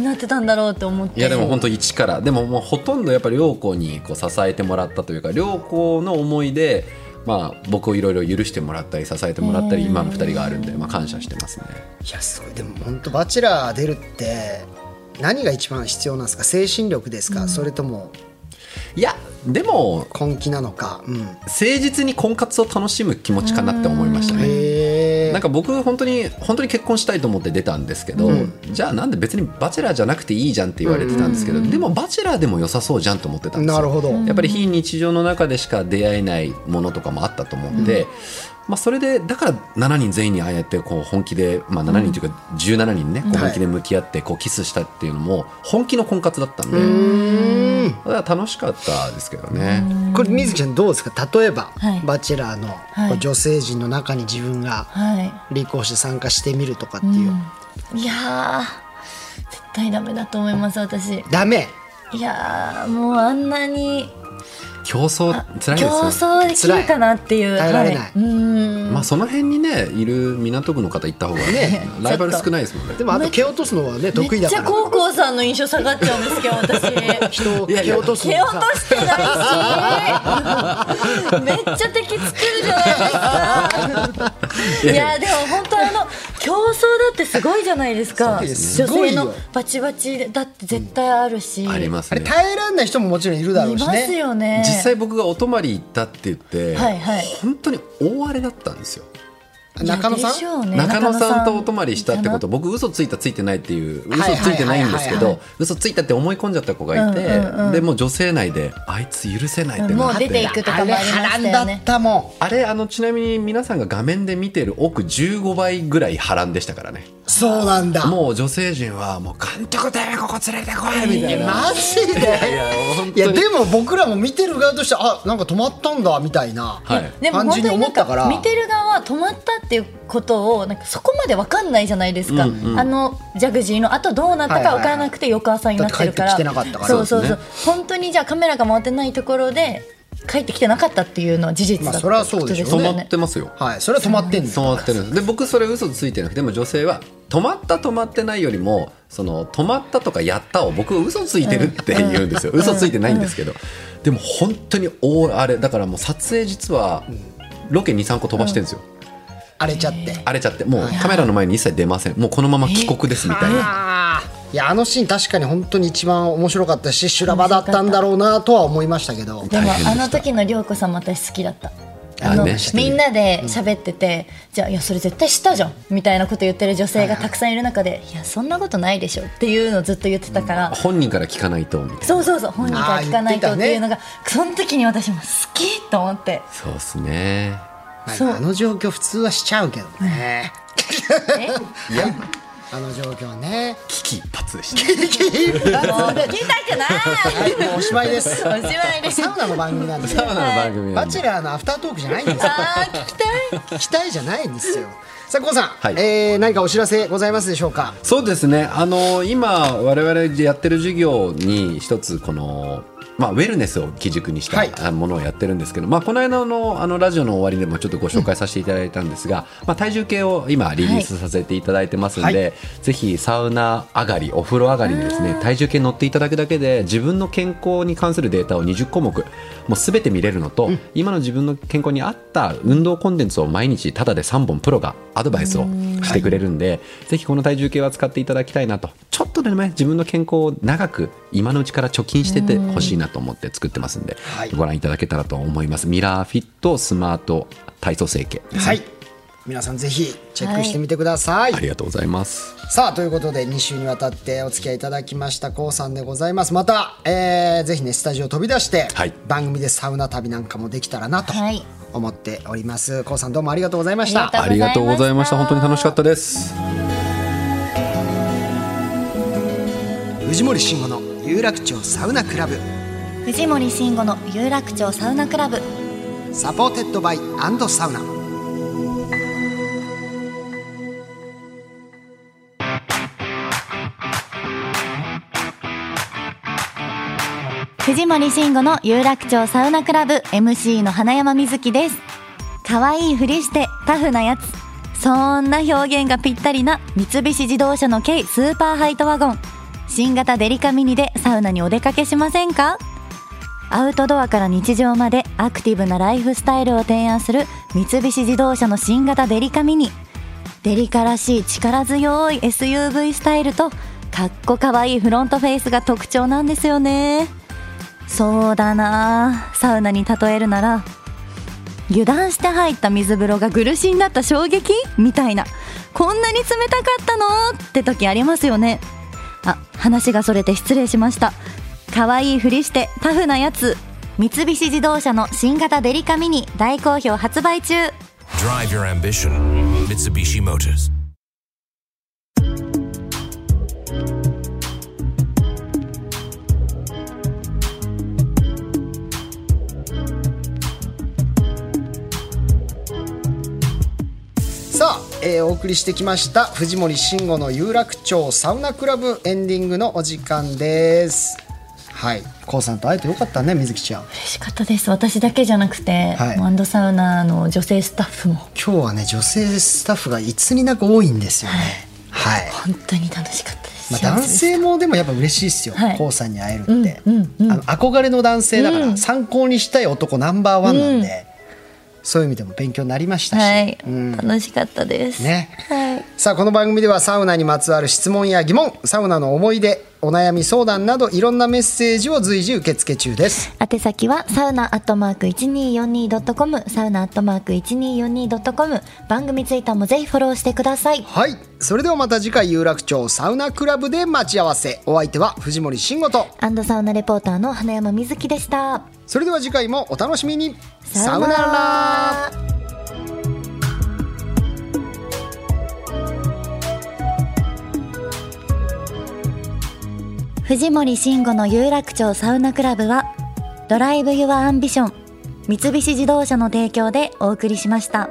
Speaker 4: うなってたんだろうって思って
Speaker 3: いやでも本当一からでももうほとんどやっぱり良子にこう支えてもらったというか良子の思いで、まあ、僕をいろいろ許してもらったり支えてもらったり今の二人があるんで、まあ、感謝してますね
Speaker 1: いやすごいでも本当バチェラー出るって何が一番必要なんですか精神力ですか、それとも
Speaker 3: いやでも
Speaker 1: 根気なのか、うん、
Speaker 3: 誠実に婚活を楽しむ気持ちかなって思いましたね。
Speaker 1: へえ
Speaker 3: なんか僕本当に本当に結婚したいと思って出たんですけど、じゃあなんで別にバチェラーじゃなくていいじゃんって言われてたんですけど、でもバチェラーでも良さそうじゃんと思ってたんですよ
Speaker 1: なるほど、
Speaker 3: やっぱり非日常の中でしか出会えないものとかもあったと思うんで、まあ、それでだから7人全員にああやってこう本気で、まあ、7人というか17人ね、こう
Speaker 1: はい
Speaker 3: 本気で向き合ってこうキスしたっていうのも本気の婚活だったんで、
Speaker 1: うん
Speaker 3: だから楽しかったですけどね。
Speaker 1: これ水木ちゃんどうですか例えば、
Speaker 4: はい
Speaker 1: バチェラーの
Speaker 4: い
Speaker 1: こう女性陣の中に自分が
Speaker 4: はい
Speaker 1: 立候補して参加してみるとかっていう、
Speaker 4: いやー絶対ダメだと思います私
Speaker 1: ダメ
Speaker 4: いやーもうあんなに
Speaker 3: 競争辛いで
Speaker 4: 競
Speaker 3: すよね
Speaker 4: 争できるかなっていう
Speaker 1: 辛い耐えられない
Speaker 4: はうーん
Speaker 3: まあその辺にねいる港区の方行った方がね
Speaker 1: ね
Speaker 3: ライバル少ないですもんね
Speaker 1: で。もあと蹴落とすのはね得意
Speaker 4: め
Speaker 1: だ
Speaker 4: っち
Speaker 1: か
Speaker 4: ゃ
Speaker 1: ら
Speaker 4: 高校さんの印象下がっちゃうんですけど私
Speaker 1: (laughs) 人を蹴落とすの
Speaker 4: 蹴
Speaker 1: が
Speaker 4: 落
Speaker 1: さ
Speaker 4: として (laughs) ないしめっちゃ敵作るじゃないです (laughs) かいやでも本当あの競争だってすごいじゃないですか
Speaker 1: す
Speaker 4: 女
Speaker 1: ごい
Speaker 4: 性
Speaker 1: よ
Speaker 4: のバチバチだって絶対あるし、
Speaker 3: あります
Speaker 1: あれ
Speaker 3: ね。
Speaker 1: 耐えられない人ももちろんいるだろ
Speaker 4: いう
Speaker 1: し
Speaker 4: ます
Speaker 1: ね
Speaker 4: よね
Speaker 3: 実際僕がお泊まり行ったって言って、
Speaker 4: はいはい
Speaker 3: 本当に大荒れだったんですよ。
Speaker 1: 中野さん
Speaker 4: いやでしょうね
Speaker 3: 中野さんとお泊まりしたってこ
Speaker 4: 中
Speaker 3: と僕嘘ついたついてないっていう
Speaker 1: はい
Speaker 3: 嘘
Speaker 1: はいはい
Speaker 3: ついてないんですけ
Speaker 1: はい
Speaker 3: ど嘘ついたって思い込んじゃった子がいて、
Speaker 4: うんうんうん
Speaker 3: でもう女性内であいつ許せないって
Speaker 4: も
Speaker 3: な
Speaker 4: う
Speaker 3: っ
Speaker 4: 出てい
Speaker 3: て。
Speaker 4: くと
Speaker 1: あ
Speaker 4: か
Speaker 1: れ
Speaker 4: もありま
Speaker 1: 波乱
Speaker 4: したよ
Speaker 1: だっ
Speaker 4: ね
Speaker 1: たも
Speaker 3: あれあのちなみに皆さんが画面で見てる奥15倍ぐらい波乱でしたからね
Speaker 1: んそうなんだ
Speaker 3: もう女性陣はもう監督だよここ連れてこいみたいな、
Speaker 1: マジで
Speaker 3: いや本
Speaker 1: いや
Speaker 3: 当に
Speaker 1: でも僕らも見てる側としてあなんか止まったんだみたいな、
Speaker 3: はい
Speaker 4: でも
Speaker 1: 単
Speaker 4: 本
Speaker 1: 純に
Speaker 4: 当に
Speaker 1: 思
Speaker 4: な
Speaker 1: っ
Speaker 4: ん
Speaker 1: たから
Speaker 4: か見てる側は止まったっていうことをなんかそこまで分かんないじゃないですか、あのジャグジーのあとどうなったか分からなくて翌朝になってるから
Speaker 1: だって帰ってきてなかったから
Speaker 4: そうそうそう
Speaker 3: そうで
Speaker 4: 本当にじゃあカメラが回ってないところで帰ってきてなかったっていうのは事実だった
Speaker 1: まあそりゃそうでしょうね
Speaker 4: ってこと
Speaker 3: 止
Speaker 4: よ
Speaker 3: まってますよ
Speaker 1: はいそれは止まってんの
Speaker 3: 止まってるんですで僕それ嘘ついてなくてでも女性は止まった止まってないよりもその止まったとかやったを僕嘘ついてるって言うんですよ、嘘ついてないんですけど、でも本当に大あれだからもう撮影実はロケ23個飛ばしてるんですよ、
Speaker 1: 荒れちゃって
Speaker 3: 荒れちゃってもうカメラの前に一切出ませんもうこのまま帰国ですみたいな、
Speaker 1: いやあのシーン確かに本当に一番面白かったし修羅場だったんだろうなとは思いましたけど
Speaker 4: でも
Speaker 3: 大変で
Speaker 4: あ
Speaker 3: した
Speaker 4: の時の涼子さんも私好きだった
Speaker 3: あ
Speaker 4: あの
Speaker 3: ね知ってる
Speaker 4: みんなで喋ってて、じゃあいやそれ絶対したじゃんみたいなこと言ってる女性がたくさんいる中で、いやそんなことないでしょっていうのをずっと言ってたから、
Speaker 3: 本人から聞かないとみたいな
Speaker 4: そうそうそう本人から聞かない
Speaker 1: あー言っ
Speaker 4: と
Speaker 1: てた
Speaker 4: っ
Speaker 1: ね
Speaker 4: ていうのが、その時に私も好きと思って
Speaker 3: そうっすね
Speaker 1: なん
Speaker 4: そう
Speaker 1: かあの状況普通はしちゃうけど (laughs) ね
Speaker 4: え
Speaker 3: いや
Speaker 1: あの状況ね
Speaker 3: 危機一髪でした
Speaker 4: もう聞きたくない
Speaker 1: もうおしまいです
Speaker 4: おしまいです
Speaker 1: サウナの番組なんで
Speaker 3: サウナの番組な
Speaker 1: バ
Speaker 3: ん
Speaker 1: チ
Speaker 3: で
Speaker 1: ェラーのアフタートークじゃないん
Speaker 4: (laughs)
Speaker 1: ですよ
Speaker 4: あー聞きたい
Speaker 1: 期待じゃないんですよさあこうさん、
Speaker 3: い
Speaker 1: えー何かお知らせございますでしょうか
Speaker 3: そうですね、あの今、我々でやってる授業に一つこの、まあ、ウェルネスを基軸にし
Speaker 1: はい
Speaker 3: たあものをやってるんですけど、まあ、この間のあのラジオの終わりでもちょっとご紹介させていただいたんですが、まあ、体重計を今、リリースさせていただいてますので、
Speaker 1: は
Speaker 3: ぜひサウナ上がり、お風呂上がりにですね体重計乗っていただくだけで自分の健康に関するデータを20項目もうすべて見れるのと、今の自分の健康に合った運動コンテンツを毎日ただで3本プロがアドバイスをしてくれるんで、ぜひこの体重計は使っていただきたいなとちょっとでもね自分の健康を長く今のうちから貯金しててほしいなと思って作ってますんで、
Speaker 1: はい
Speaker 3: ご覧いただけたらと思います。ミラーフィットスマート体操整形ですね
Speaker 1: はい皆さんぜひチェックしてみてください、
Speaker 3: ありがとうございます。
Speaker 1: さあということで2週にわたってお付き合いいただきましたこうさんでございますまた、えーぜひねスタジオ飛び出して、
Speaker 3: はい
Speaker 1: 番組でサウナ旅なんかもできたらなと
Speaker 4: はい
Speaker 1: 思っておりますこうさんどうもありがとうございまし
Speaker 4: あ
Speaker 1: た
Speaker 4: りがとうございました
Speaker 3: ありがとうございました。本当に楽しかったです。
Speaker 1: 藤森慎吾の有楽町サウナクラブ
Speaker 2: 藤森慎吾の有楽町サウナクラブ
Speaker 1: サポーテッドバイサウナ
Speaker 2: 藤森慎吾の有楽町サウナクラブ MC の花山瑞希です可愛いふりしてタフなやつそんな表現がぴったりな三菱自動車の軽スーパーハイトワゴン新型デリカミニでサウナにお出かけしませんかアウトドアから日常までアクティブなライフスタイルを提案する三菱自動車の新型デリカミニデリカらしい力強い SUV スタイルとかっこかわいいフロントフェイスが特徴なんですよねそうだなあサウナに例えるなら油断して入った水風呂が苦しんだった衝撃みたいなこんなに冷たかったのって時ありますよねあ話がそれて失礼しました可愛いふりしてタフなやつ三菱自動車の新型デリカミニ大好評発売中
Speaker 5: Drive your ambition. Mitsubishi Motors.
Speaker 1: さあ、えーお送りしてきました藤森慎吾の有楽町サウナクラブエンディングのお時間ですはいこうさんと会えてよかったね水木ちゃん
Speaker 4: 嬉しかったです私だけじゃなくて、
Speaker 1: はい
Speaker 4: もうアンドサウナの女性スタッフも
Speaker 1: 今日はね女性スタッフがいつになく多いんですよねはい、
Speaker 4: 本当に楽しかったです、
Speaker 1: まあ、男性もでもやっぱ嬉しいですよ、
Speaker 4: はい
Speaker 1: こうさんに会えるって、あの憧れの男性だから参考にしたい男ナンバーワンなんで、そういう意味でも勉強になりましたし、
Speaker 4: はい、
Speaker 1: うん
Speaker 4: 楽しかったです
Speaker 1: ね
Speaker 4: はい
Speaker 1: さあこの番組ではサウナにまつわる質問や疑問サウナの思い出お悩み相談などいろんなメッセージを随時受付中です
Speaker 2: 宛先はサウナアットマーク 1242.com サウナアットマーク 1242.com 番組ツイッターもぜひフォローしてください
Speaker 1: はいそれではまた次回有楽町サウナクラブで待ち合わせお相手は藤森慎吾と
Speaker 2: アンドサウナレポーターの花山瑞希でした
Speaker 1: それでは次回もお楽しみに
Speaker 2: さようなら
Speaker 1: さような
Speaker 2: 藤森慎吾の有楽町サウナクラブはドライブ・ユア・アンビション三菱自動車の提供でお送りしました。